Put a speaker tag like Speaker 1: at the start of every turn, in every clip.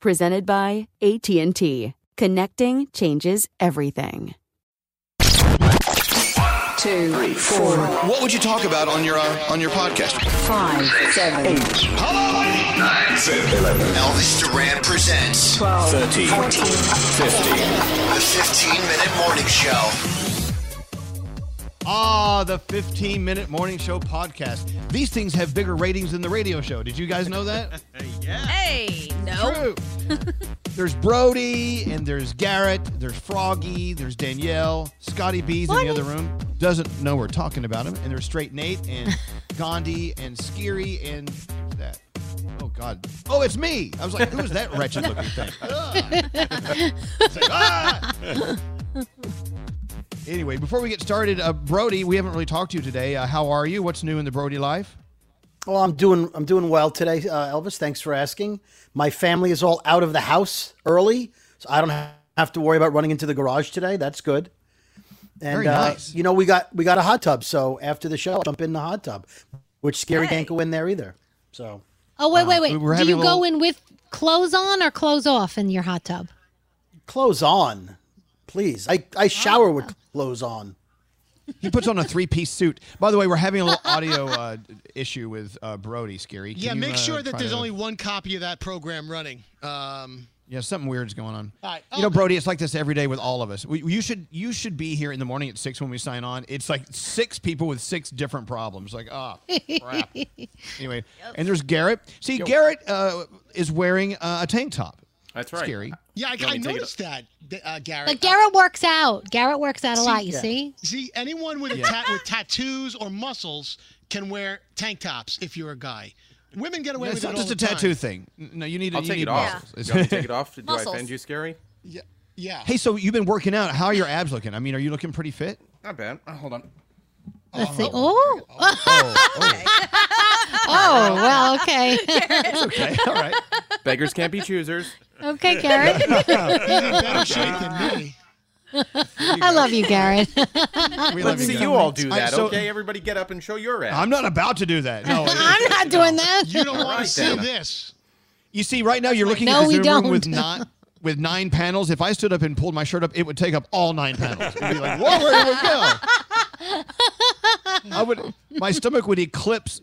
Speaker 1: presented by AT&T. Connecting changes everything.
Speaker 2: Two, three, four. What would you talk about on your uh, on your podcast?
Speaker 3: Five, seven, eight.
Speaker 2: Hello, lady. Nine, seven, eleven. Elvis Duran presents.
Speaker 3: Twelve,
Speaker 2: 13,
Speaker 3: 14,
Speaker 2: 15. The 15 minute morning show.
Speaker 4: Ah, the 15 minute morning show podcast. These things have bigger ratings than the radio show. Did you guys know that?
Speaker 5: Hey,
Speaker 4: no. there's Brody and there's Garrett, there's Froggy, there's Danielle, Scotty B's in the other room. Doesn't know we're talking about him. And there's Straight Nate and Gandhi and Skiri and who's that? Oh God. Oh, it's me. I was like, who is that wretched looking thing? It's like, ah! Anyway, before we get started, uh, Brody, we haven't really talked to you today. Uh, how are you? What's new in the Brody life?
Speaker 6: Well, I'm doing I'm doing well today, uh, Elvis. Thanks for asking. My family is all out of the house early, so I don't ha- have to worry about running into the garage today. That's good. And
Speaker 4: Very nice.
Speaker 6: uh, you know we got we got a hot tub, so after the show, I'll jump in the hot tub, which scary can't go in there either. So
Speaker 7: Oh wait, wait,
Speaker 6: We
Speaker 7: wait!
Speaker 6: were
Speaker 7: Do
Speaker 6: having
Speaker 7: you
Speaker 6: a
Speaker 7: go
Speaker 6: little-
Speaker 7: in with clothes on or clothes off in your hot tub?
Speaker 6: clothes on, please. I I shower with clothes on.
Speaker 4: He puts on a three piece suit. By the way, we're having a little audio uh, issue with uh, Brody, Scary. Can
Speaker 8: yeah,
Speaker 4: you,
Speaker 8: make
Speaker 4: uh,
Speaker 8: sure that
Speaker 4: try
Speaker 8: there's
Speaker 4: to-
Speaker 8: only one copy of that program running. Um,
Speaker 4: Yeah, something weird's going on.
Speaker 8: all right.
Speaker 4: You know, Brody, it's like this every day with all of us. We, you should you should be here in the morning at six when we sign on. It's like six people with six different problems. Like, ah, crap. anyway, and there's Garrett. See,
Speaker 8: Yo.
Speaker 4: Garrett uh, is wearing uh, a tank top. That's
Speaker 9: right.
Speaker 4: Scary.
Speaker 8: Yeah, I,
Speaker 4: Let
Speaker 8: I
Speaker 4: me take it
Speaker 8: noticed that, th- uh, Garrett.
Speaker 7: But Garrett works out. Garrett works out a lot. You
Speaker 8: yeah.
Speaker 7: see?
Speaker 8: See, anyone with a
Speaker 7: Yeah.
Speaker 8: tat with tattoos or muscles can wear tank tops if you're a guy. Women get away
Speaker 4: It's
Speaker 8: with
Speaker 4: not
Speaker 8: it
Speaker 4: just
Speaker 8: all
Speaker 4: a
Speaker 8: the time.
Speaker 4: tattoo thing. No, you need.
Speaker 5: I'll
Speaker 4: you
Speaker 5: take
Speaker 4: need
Speaker 5: it off.
Speaker 4: muscles.
Speaker 5: You want me to take it off? Do I
Speaker 8: Muscles.
Speaker 5: offend you, Scary?
Speaker 8: Yeah. Yeah.
Speaker 4: Hey, so you've been working out. How are your abs looking? I mean, are you looking pretty fit?
Speaker 5: Not bad.
Speaker 4: Uh,
Speaker 5: Oh, hold on.
Speaker 7: Let's see. Oh. Oh, well, okay.
Speaker 5: okay. All right. Beggars can't be choosers.
Speaker 7: Okay, Garrett. I love you, Garrett.
Speaker 5: Let's see you all do that,
Speaker 4: I- so-
Speaker 5: okay? Everybody get up and show your ass.
Speaker 4: I'm not about to do that. No,
Speaker 7: I'm not doing that.
Speaker 8: You don't
Speaker 5: Right,
Speaker 8: want to see
Speaker 5: then.
Speaker 8: this.
Speaker 4: you see, right now you're looking
Speaker 7: No,
Speaker 4: at
Speaker 7: we
Speaker 4: the Zoom room with
Speaker 7: don't.
Speaker 4: not with nine panels. If I stood up and pulled my shirt up, it would take up all nine panels. It'd be like, whoa, where did it go? I would. My stomach would eclipse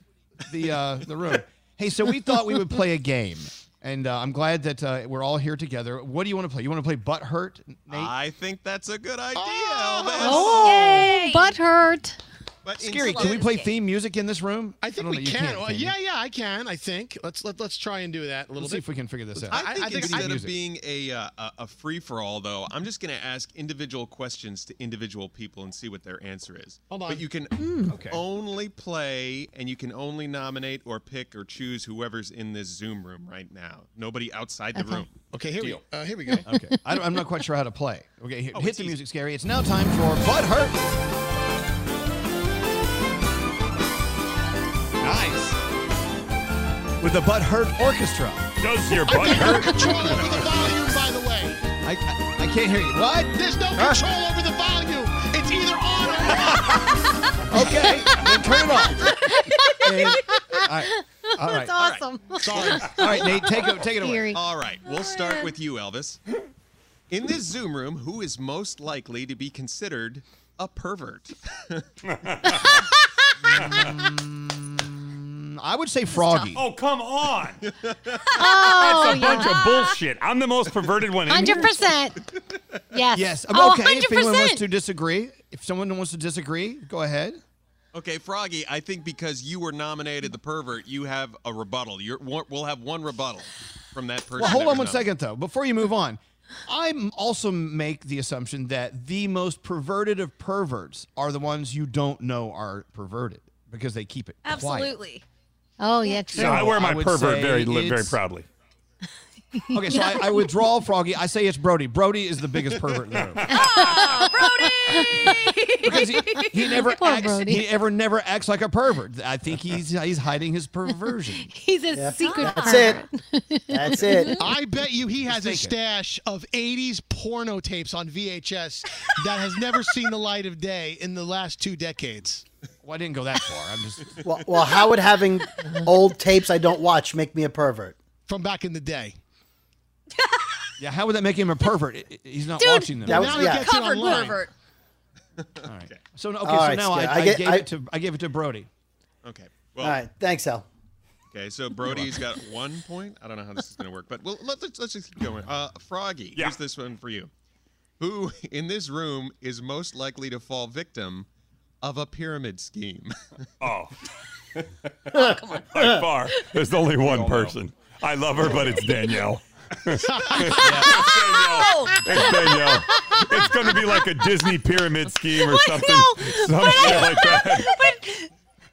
Speaker 4: the uh, the room. Hey, so we thought we would play a game, and uh, I'm glad that uh, we're all here together. What do you want to play? You want to play butt hurt?
Speaker 9: I think that's a good idea,
Speaker 7: Oh, butt hurt.
Speaker 9: Elvis. But
Speaker 4: Scary. Can we play theme music in this room?
Speaker 8: I think
Speaker 4: don't know,
Speaker 8: we
Speaker 4: you
Speaker 8: can.
Speaker 4: can't,
Speaker 8: Well, yeah, yeah, I can. I think. Let's let let's try and do that a little
Speaker 4: Let's
Speaker 8: bit.
Speaker 4: see if we can figure this out.
Speaker 9: I think, instead
Speaker 4: I-
Speaker 9: of being a uh, a- a free for all, though, I'm just going to ask individual questions to individual people and see what their answer is.
Speaker 8: Hold on. Mm.
Speaker 9: But you can only play, and you can only nominate or pick or choose whoever's in this Zoom room right now. Nobody outside the room.
Speaker 8: Okay, here
Speaker 9: Deal.
Speaker 8: we uh, here we go.
Speaker 4: Okay. I don't, I'm not quite sure how to play. Okay, here,
Speaker 8: Oh,
Speaker 4: hit
Speaker 8: it's
Speaker 4: the
Speaker 8: easy.
Speaker 4: music, Scary. It's now time for Butt Hurt. Nice. With the Butt Hurt Orchestra.
Speaker 10: Does your
Speaker 8: I've got no control over the volume, by the way.
Speaker 4: I, I, I can't hear you. What?
Speaker 8: There's no control over the volume. It's either on or off.
Speaker 4: Okay, then turn it off. And- all right. All right.
Speaker 7: That's awesome.
Speaker 8: Sorry.
Speaker 4: All right, Nate, take, it- take it away.
Speaker 7: Scary.
Speaker 9: All right, we'll start with you, Elvis. In this Zoom room, who is most likely to be considered a pervert?
Speaker 4: Mm, I would say Froggy.
Speaker 10: Oh, come on.
Speaker 7: Oh,
Speaker 10: Oh, That's a bunch
Speaker 7: yeah.
Speaker 10: of bullshit. I'm the most perverted one in here.
Speaker 7: 100%. Yes.
Speaker 4: Yes.
Speaker 7: Oh,
Speaker 4: okay, if anyone wants
Speaker 7: 100%.
Speaker 4: to disagree, if someone wants to disagree, go ahead.
Speaker 9: Okay, Froggy, I think because you were nominated the pervert, you have a rebuttal. You're, we'll we'll have one rebuttal from that person.
Speaker 4: Well, hold
Speaker 9: that
Speaker 4: on
Speaker 9: was
Speaker 4: one
Speaker 9: nominated.
Speaker 4: second though. Before you move on, I also make the assumption that the most perverted of perverts are the ones you don't know are perverted because they keep it quiet.
Speaker 11: Absolutely.
Speaker 7: Oh, yeah, true.
Speaker 10: So I wear my
Speaker 4: I would
Speaker 10: pervert
Speaker 4: say
Speaker 10: very li- very
Speaker 4: it's-
Speaker 10: proudly.
Speaker 4: Okay, so I, I withdraw Froggy. I say it's Brody. Brody is the biggest pervert in the room. Because he, he never
Speaker 7: Poor
Speaker 4: acts,
Speaker 7: Brody.
Speaker 4: he ever never acts like a pervert. I think he's he's hiding his perversion.
Speaker 7: He's a secret
Speaker 6: That's it. That's it.
Speaker 8: I bet you he has a
Speaker 4: Just thinking.
Speaker 8: stash of 80s porno tapes on VHS that has never seen the light of day in the last two decades.
Speaker 4: Well, I didn't go that far. I'm just
Speaker 6: Well, well, how would having old tapes I don't watch make me a pervert?
Speaker 8: From back in the day.
Speaker 4: yeah. How would that make him a pervert? I- I- He's not
Speaker 11: Dude,
Speaker 4: watching them.
Speaker 6: That was
Speaker 8: Now he
Speaker 6: yeah.
Speaker 8: gets it
Speaker 11: Covered
Speaker 8: online.
Speaker 11: pervert.
Speaker 4: All right. So okay.
Speaker 6: All
Speaker 4: so
Speaker 6: right,
Speaker 4: now I,
Speaker 6: Skip.
Speaker 4: I,
Speaker 6: I get-
Speaker 4: gave
Speaker 6: I-
Speaker 4: it to I gave it to Brody.
Speaker 9: Okay. Well,
Speaker 6: All right, thanks, Al.
Speaker 9: okay. So Brody's got one point. I don't know how this is going to work, but well, let, let's let's just keep going. Uh, Froggy,
Speaker 10: Yeah.
Speaker 9: here's this one for you. Who in this room is most likely to fall victim of a pyramid scheme?
Speaker 10: Oh. By far, there's only one person. I love her, but it's Danielle. it's Danielle. It's Danielle. It's going to be like a Disney pyramid scheme or something. Some shit like that.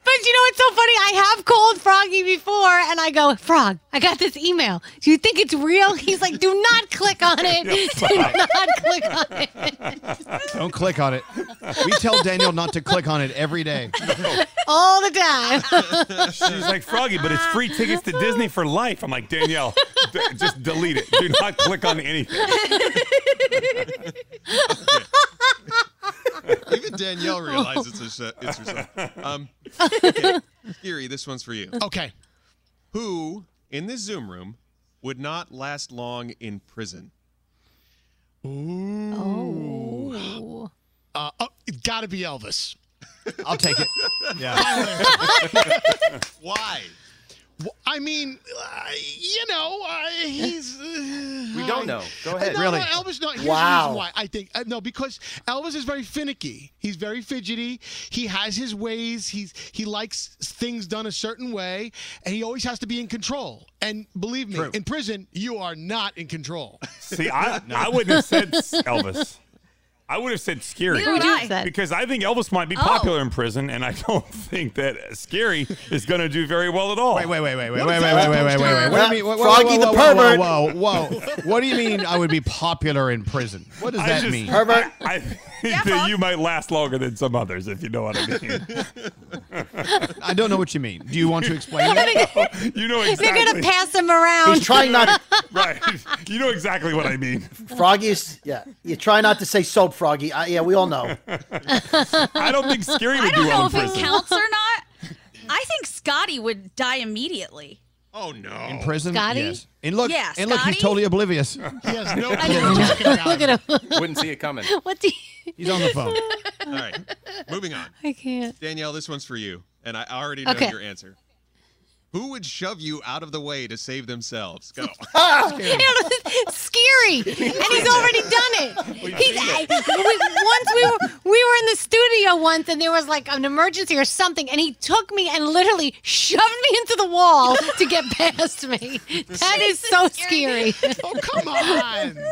Speaker 7: But you know what's so funny? I have called Froggy before and I go, Frog, I got this email. Do you think it's real? He's like, do not click on it. Do not click on it.
Speaker 4: Don't click on it. We tell Daniel not to click on it every day.
Speaker 7: All the time.
Speaker 10: She's like Froggy, but it's free tickets to Disney for life. I'm like Danielle, d- just delete it. Do not click on anything.
Speaker 9: Even Danielle realizes it's, a, it's herself. Um, okay. Scary, this one's for you.
Speaker 8: Okay.
Speaker 9: Who in this Zoom room would not last long in prison?
Speaker 7: Oh.
Speaker 8: Uh, oh, it's got to be Elvis.
Speaker 4: I'll take it. Yeah.
Speaker 9: Why?
Speaker 8: Wh- I mean, uh, you know, uh, he's. uh,
Speaker 5: We don't know. Go ahead.
Speaker 8: No,
Speaker 4: Really?
Speaker 8: no, Elvis. No, here's the
Speaker 6: Wow.
Speaker 8: reason why I think uh, no, because Elvis is very finicky. He's very fidgety. He has his ways. He's he likes things done a certain way, and he always has to be in control. And believe me,
Speaker 4: True.
Speaker 8: in prison, you are not in control.
Speaker 10: See, I, I wouldn't have said Elvis. I would have said scary.
Speaker 11: Neither would Who'd you I. have said?
Speaker 10: Because I think Elvis might be
Speaker 11: Oh.
Speaker 10: popular in prison, and I don't think that scary is going to do very well at all. Wait, wait, wait, wait,
Speaker 4: Wait, wait, wait, wait, wait, wait, wait. What do you mean? Whoa, whoa,
Speaker 10: Froggy
Speaker 4: whoa,
Speaker 10: the
Speaker 4: whoa, whoa,
Speaker 10: pervert.
Speaker 4: Whoa, Oh, whoa, whoa. What do you mean I would be popular in prison? What does
Speaker 10: I
Speaker 4: that
Speaker 10: just-
Speaker 4: mean?
Speaker 10: I, I think that you might last longer than some others, if you know what I mean.
Speaker 4: I don't know what you mean. Do you want to explain
Speaker 10: it? you know exactly.
Speaker 7: They're gonna pass him around.
Speaker 10: right. You know exactly what I mean.
Speaker 6: Froggy's, yeah. You try not to say soap, Froggy. I, yeah, we all know.
Speaker 10: I don't think Scary
Speaker 12: I don't know if it counts or not. I think Scotty would die immediately.
Speaker 9: Oh no!
Speaker 4: In prison?
Speaker 12: Scotty?
Speaker 4: Yes. And look,
Speaker 12: Yeah,
Speaker 4: and look, he's
Speaker 12: Scotty?
Speaker 4: totally oblivious. He has
Speaker 12: no I clue what's know. going on. Look at him.
Speaker 5: Wouldn't see it coming.
Speaker 7: What do you?
Speaker 4: He's on the phone.
Speaker 9: All right, moving on.
Speaker 7: I can't.
Speaker 9: Danielle, this one's for you, and I already know
Speaker 7: Okay.
Speaker 9: your answer. Who would shove you out of the way to save themselves? Go.
Speaker 7: scary, and he's already done it. He's, I, we, once we were we were in the studio once, and there was like an emergency or something, and he took me and literally shoved me into the wall to get past me. That is so scary.
Speaker 8: Oh come on!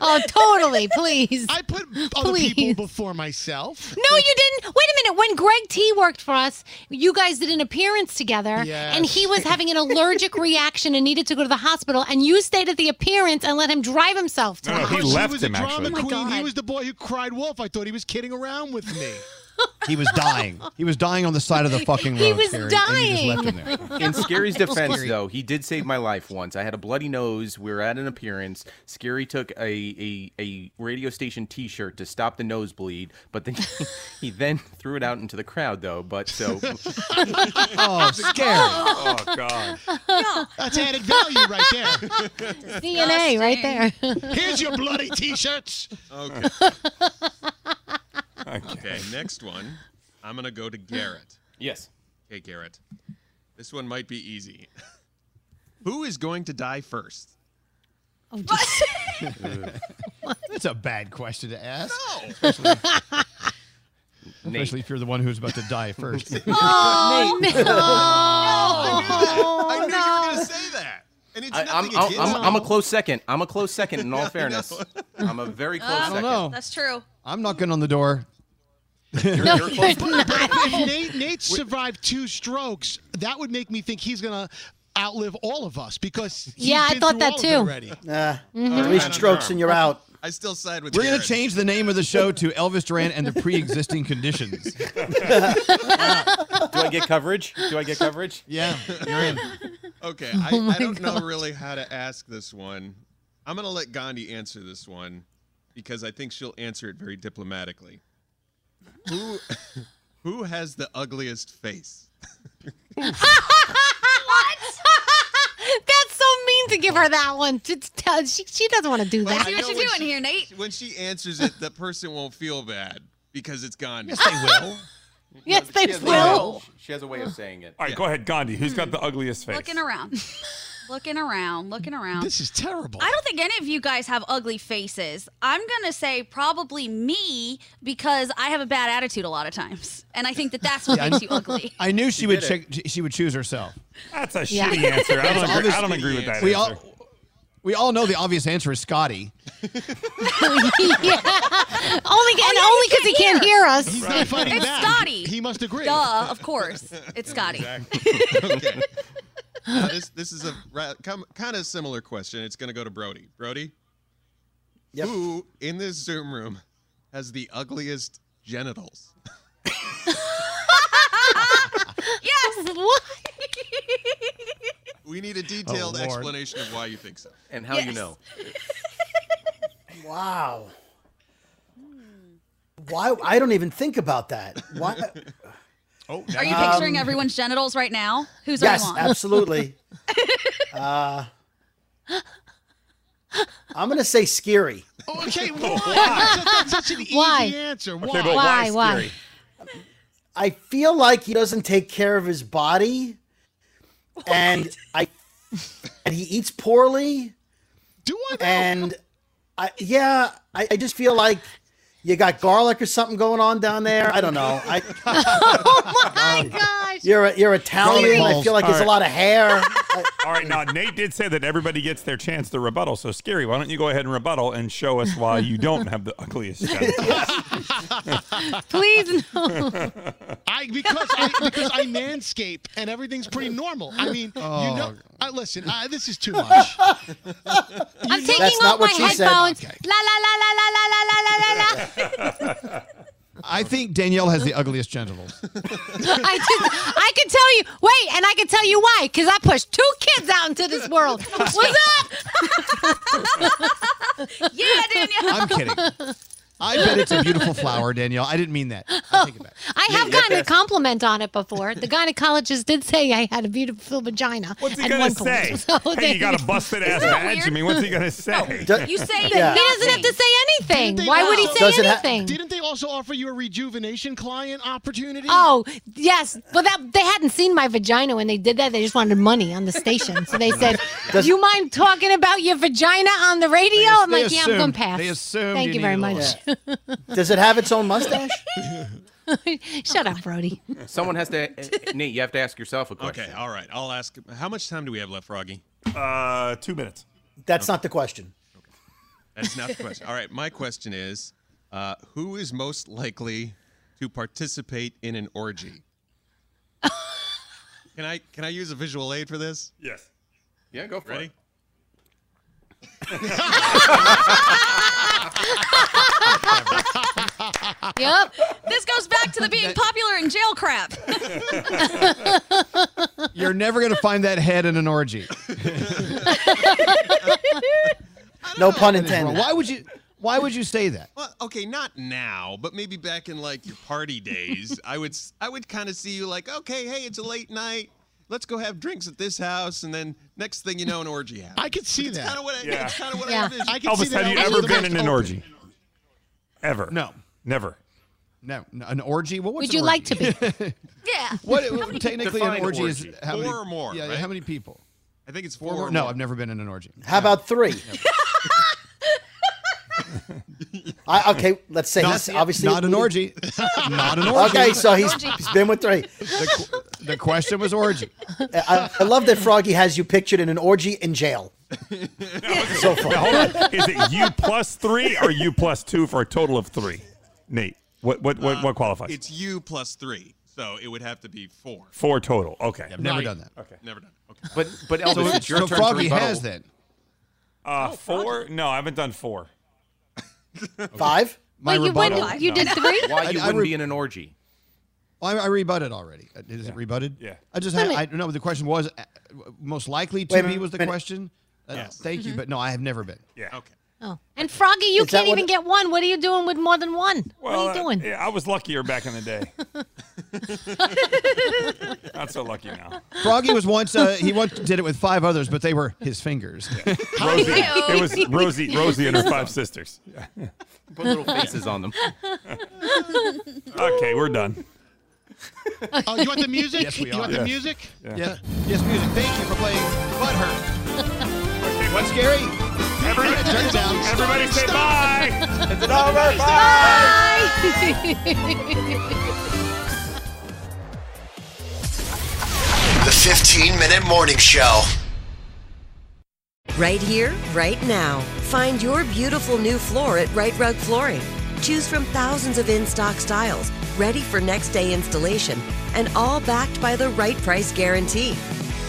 Speaker 7: Oh, totally, please.
Speaker 8: I put Other people before myself.
Speaker 7: No, you didn't. Wait a minute. When Greg T worked for us, you guys did an appearance together, and he was having an allergic reaction and needed to go to the hospital. And you stayed at the appearance and let him drive himself to
Speaker 10: No,
Speaker 7: the
Speaker 10: no, he
Speaker 7: hospital.
Speaker 10: left
Speaker 8: was a
Speaker 10: him,
Speaker 8: drama
Speaker 10: actually. Oh, my
Speaker 8: queen. He was the boy who cried wolf. I thought he was kidding around with me.
Speaker 4: He was dying. He was dying on the side of the fucking road.
Speaker 8: He was
Speaker 4: Carrie,
Speaker 8: dying.
Speaker 4: Oh, And you just left him there.
Speaker 5: In Scary's defense,
Speaker 4: Scary.
Speaker 5: though, he did save my life once. I had a bloody nose. We were at an appearance. Scary took a a, a radio station T-shirt to stop the nosebleed, but then he then threw it out into the crowd, though. But so
Speaker 4: oh, scary!
Speaker 10: Oh God!
Speaker 8: That's added value right there.
Speaker 7: DNA right there.
Speaker 8: Here's your bloody t-shirts.
Speaker 9: Okay. okay, next one. I'm going to go to Garrett.
Speaker 5: Yes.
Speaker 9: Okay, Garrett. This one might be easy. Who is going to die first?
Speaker 4: That's a bad question to ask.
Speaker 9: No.
Speaker 4: Especially, especially if you're the one who's about to die first.
Speaker 9: Oh,
Speaker 4: Nate.
Speaker 9: no.
Speaker 4: No,
Speaker 9: Oh, I
Speaker 4: knew
Speaker 9: knew you were going to say that. And it's
Speaker 5: I, I'm,
Speaker 9: nothing
Speaker 5: I'm,
Speaker 9: against
Speaker 5: I'm,
Speaker 9: you.
Speaker 5: I'm a close second. I'm a close second. In all fairness, I'm a very close
Speaker 4: I don't
Speaker 5: second.
Speaker 7: Oh.
Speaker 4: know.
Speaker 12: That's true.
Speaker 4: I'm knocking on the door.
Speaker 8: But- but if Nate, Nate survived two strokes, that would make me think he's gonna outlive all of us because he's
Speaker 7: Yeah, I
Speaker 8: been
Speaker 7: thought
Speaker 8: through
Speaker 7: that
Speaker 8: all of it
Speaker 7: too.
Speaker 8: Already.
Speaker 6: Nah.
Speaker 12: Mm-hmm.
Speaker 8: Mhm.
Speaker 6: Three
Speaker 8: I don't
Speaker 6: strokes
Speaker 8: know.
Speaker 6: and you're out.
Speaker 9: I still side with
Speaker 4: We're
Speaker 9: Garrett.
Speaker 4: going to change the name of the show to Elvis Duran and the pre-existing conditions.
Speaker 5: Do I get coverage? Do I get coverage?
Speaker 4: Yeah.
Speaker 9: Okay,
Speaker 4: Oh
Speaker 9: I,
Speaker 4: my
Speaker 9: I don't know
Speaker 4: God.
Speaker 9: really how to ask this one. I'm going to let Gandhi answer this one because I think she'll answer it very diplomatically. Who who has the ugliest face?
Speaker 7: what? That's so mean to give her that one. To tell she, she doesn't want to do that.
Speaker 9: I know when she-
Speaker 12: Nate?
Speaker 9: When she answers it, the person won't feel bad because it's Gandhi.
Speaker 10: Yes, they will.
Speaker 7: Yes, they
Speaker 5: She has a way
Speaker 7: will.
Speaker 5: of- She has a way of saying it.
Speaker 10: All right, go ahead, Gandhi. Who's got the ugliest face?
Speaker 12: Looking around. looking around. Looking around.
Speaker 10: This is terrible.
Speaker 12: I don't think any of you guys have ugly faces. I'm going to say probably me because I have a bad attitude a lot of times. And I think that that's what
Speaker 4: Yeah, I-
Speaker 12: makes you ugly.
Speaker 4: I knew she would
Speaker 12: did it.
Speaker 4: check, she would choose herself.
Speaker 10: That's a
Speaker 12: Yeah.
Speaker 10: shitty answer. I
Speaker 4: That's
Speaker 10: don't agree,
Speaker 4: obvious-
Speaker 10: I don't agree with that
Speaker 4: We
Speaker 10: answer.
Speaker 4: all we all know the obvious answer is Scotty.
Speaker 7: yeah.
Speaker 12: Oh,
Speaker 7: Only and only because he can't hear us.
Speaker 8: He's not fighting
Speaker 12: it's
Speaker 8: back.
Speaker 12: Scotty.
Speaker 8: He must agree.
Speaker 12: Duh, of course. It's Scotty.
Speaker 9: okay. Now, this, this is a kind of similar question. It's going to go to Brody. Brody, who in this Zoom room has the ugliest genitals?
Speaker 12: Yes.
Speaker 7: What?
Speaker 9: We need a detailed
Speaker 10: Oh,
Speaker 5: Lord.
Speaker 9: explanation of why you think so.
Speaker 5: And how you know?
Speaker 6: Wow. Why? I don't even think about that. Why? uh,
Speaker 10: Oh,
Speaker 12: Are you
Speaker 6: Um,
Speaker 12: picturing everyone's genitals right now? Who's
Speaker 6: yes,
Speaker 12: on?
Speaker 6: absolutely. uh, I'm gonna say scary.
Speaker 8: Okay, why? That's such an
Speaker 6: Why?
Speaker 8: easy answer. Why?
Speaker 6: Okay, but why Why, why? scary? I feel like he doesn't take care of his body, and I and he eats poorly.
Speaker 8: Do I?
Speaker 6: And I yeah, I, I just feel like you got garlic or something going on down there. I don't know. I
Speaker 7: oh my gosh.
Speaker 6: You're a, you're Italian. I feel like
Speaker 10: All
Speaker 6: there's a
Speaker 10: right.
Speaker 6: lot of hair.
Speaker 10: All right, now Nate did say that everybody gets their chance to rebuttal. So, Scary, why don't you go ahead and rebuttal and show us why you don't have the ugliest gender?
Speaker 7: Please no.
Speaker 8: I because I because I manscape and everything's pretty normal. I mean, you know,
Speaker 4: Oh.
Speaker 8: I, listen, I, this is too much.
Speaker 7: I'm
Speaker 8: know-
Speaker 7: taking off my headphones. La la la la la la la la la la.
Speaker 4: I think Danielle has the ugliest genitals.
Speaker 7: I just, I could tell you. Wait, and I can tell you why. Because I pushed two kids out into this world. What's up?
Speaker 12: yeah, Danielle.
Speaker 4: I'm kidding. I bet it's a beautiful flower, Danielle. I didn't mean that.
Speaker 7: I have
Speaker 4: Yeah,
Speaker 7: gotten
Speaker 4: yeah.
Speaker 7: a compliment on it before. The gynecologist did say I had a beautiful vagina.
Speaker 10: What's he
Speaker 7: at
Speaker 10: gonna
Speaker 7: one point.
Speaker 10: say?
Speaker 7: So there
Speaker 10: hey, you got a busted
Speaker 7: Isn't
Speaker 10: ass
Speaker 7: that
Speaker 10: badge. I
Speaker 7: weird?
Speaker 10: mean, what's he gonna say?
Speaker 7: you say He doesn't have to say anything. Why would he say
Speaker 10: Does it ha-
Speaker 7: anything?
Speaker 8: Didn't they also offer you a rejuvenation client opportunity?
Speaker 7: Oh yes, but that they hadn't seen my vagina when they did that. They just wanted money on the station, so they said,
Speaker 8: Does-
Speaker 7: "Do you mind talking about your vagina on the radio?" I'm
Speaker 6: they
Speaker 7: like, "Yeah, I'm gonna
Speaker 6: assumed-
Speaker 7: pass."
Speaker 6: they assumed
Speaker 7: Thank
Speaker 6: you
Speaker 7: you, very
Speaker 6: needed a
Speaker 7: much.
Speaker 6: Does it have its own mustache?
Speaker 7: Shut up, Brody.
Speaker 5: Someone has to, eh, Nate. You have to ask yourself a question.
Speaker 9: Okay, all right. I'll ask. How much time do we have left, Froggy?
Speaker 10: Uh, two minutes.
Speaker 6: That's not the question.
Speaker 9: That's not the question. All right, my question is, uh, who is most likely to participate in an orgy? can I can I use a visual aid for this?
Speaker 10: Yes.
Speaker 9: Yeah, go for it.
Speaker 12: yep. This goes back to the being popular in jail crap.
Speaker 4: You're never going to find that head in an orgy.
Speaker 6: no pun
Speaker 9: intended.
Speaker 4: Why would you? Why would you say that?
Speaker 9: Well, okay, not now, but maybe back in like your party days, I would s- I would kind of see you like, okay, hey, it's a late night. Let's go have drinks at this house, and then next thing you know, an orgy happens.
Speaker 8: I could see that.
Speaker 9: Kind of what I,
Speaker 10: Yeah.
Speaker 9: It's kind of what
Speaker 8: Yeah.
Speaker 9: I envisioned.
Speaker 8: I could
Speaker 10: Elvis, have you ever been in an orgy? Ever?
Speaker 4: No.
Speaker 10: Never.
Speaker 4: No, no an orgy. Well, what's
Speaker 7: Would
Speaker 4: an
Speaker 7: you like to
Speaker 4: orgy?
Speaker 7: be?
Speaker 12: yeah.
Speaker 4: What, technically, an orgy, is how
Speaker 9: four
Speaker 4: many,
Speaker 9: or more.
Speaker 4: Yeah,
Speaker 9: right?
Speaker 4: how many people?
Speaker 9: I think it's
Speaker 4: Four
Speaker 9: four. or
Speaker 4: no,
Speaker 9: more.
Speaker 4: I've never been in an orgy.
Speaker 6: How about three? I, okay, let's say
Speaker 4: Not-
Speaker 6: this. Obviously,
Speaker 4: not an orgy. Not an orgy.
Speaker 6: Okay, so he's, he's been with three.
Speaker 4: The, qu- the question was orgy.
Speaker 6: I, I love that Froggy has you pictured in an orgy in jail. so far.
Speaker 10: Now, hold on. Is it you plus three or you plus two for a total of three? Nate, what what what,
Speaker 4: Uh,
Speaker 10: what qualifies?
Speaker 9: It's you plus three, so it would have to be four.
Speaker 10: Four total. Okay.
Speaker 4: I've never done that.
Speaker 10: Okay.
Speaker 9: Never done. it. Okay.
Speaker 5: But but Elvis,
Speaker 10: So-
Speaker 5: it's your
Speaker 10: so
Speaker 5: turn
Speaker 10: Froggy
Speaker 5: to rebuttal.
Speaker 10: has that. Uh,
Speaker 5: Oh,
Speaker 10: four? No, I haven't done four.
Speaker 6: Five?
Speaker 4: My
Speaker 7: Wait, you
Speaker 4: rebuttal.
Speaker 7: wouldn't- you did three?
Speaker 5: Why you
Speaker 4: I- I
Speaker 5: wouldn't
Speaker 4: re-
Speaker 5: be in an orgy?
Speaker 4: Well, I, I rebutted already. Uh, Is it rebutted?
Speaker 10: Yeah.
Speaker 4: I just
Speaker 7: Wait
Speaker 4: had,
Speaker 7: a
Speaker 4: I don't know. The question was uh, most likely to
Speaker 6: Wait a
Speaker 4: be
Speaker 6: minute,
Speaker 4: was the
Speaker 6: minute.
Speaker 4: question. Uh,
Speaker 9: Yes.
Speaker 4: Thank you, but no, I have never been.
Speaker 10: Yeah.
Speaker 9: Okay.
Speaker 7: Oh, and Froggy, you
Speaker 6: Is that
Speaker 7: can't
Speaker 6: what-
Speaker 7: even get one. What are you doing with more than one? what
Speaker 10: Well,
Speaker 7: are
Speaker 10: uh,
Speaker 7: you doing?
Speaker 10: yeah, I was luckier back in the day. Not so lucky now.
Speaker 4: Froggy was once. Uh, he once did it with five others, but they were his fingers.
Speaker 10: Rosie, it was Rosie, Rosie and her five sisters.
Speaker 5: Put little faces on them.
Speaker 10: Okay, we're done.
Speaker 8: Oh, you want the music?
Speaker 4: Yes, we
Speaker 8: You want
Speaker 4: are.
Speaker 8: the
Speaker 10: Yes.
Speaker 8: music?
Speaker 10: Yeah.
Speaker 4: Yes, yes, music. Thank you for playing Butthurt. What's scary?
Speaker 10: Everybody,
Speaker 4: Turn it down.
Speaker 10: everybody say bye.
Speaker 4: Is it over?
Speaker 2: The 15 Minute Morning Show.
Speaker 13: Right here, right now. Find your beautiful new floor at Right Rug Flooring. Choose from thousands of in stock styles, ready for next day installation, and all backed by the right price guarantee.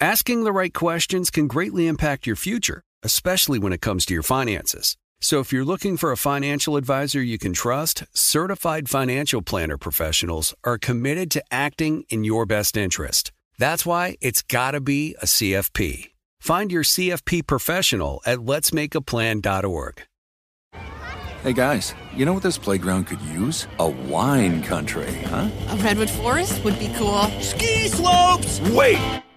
Speaker 14: Asking the right questions can greatly impact your future, especially when it comes to your finances. So if you're looking for a financial advisor you can trust, certified financial planner professionals are committed to acting in your best interest. That's why it's got to be a CFP. Find your CFP professional at letsmakeaplan.org.
Speaker 15: Hey guys, you know what this playground could use? A wine country, huh?
Speaker 16: A redwood forest would be cool.
Speaker 17: Ski slopes!
Speaker 15: Wait!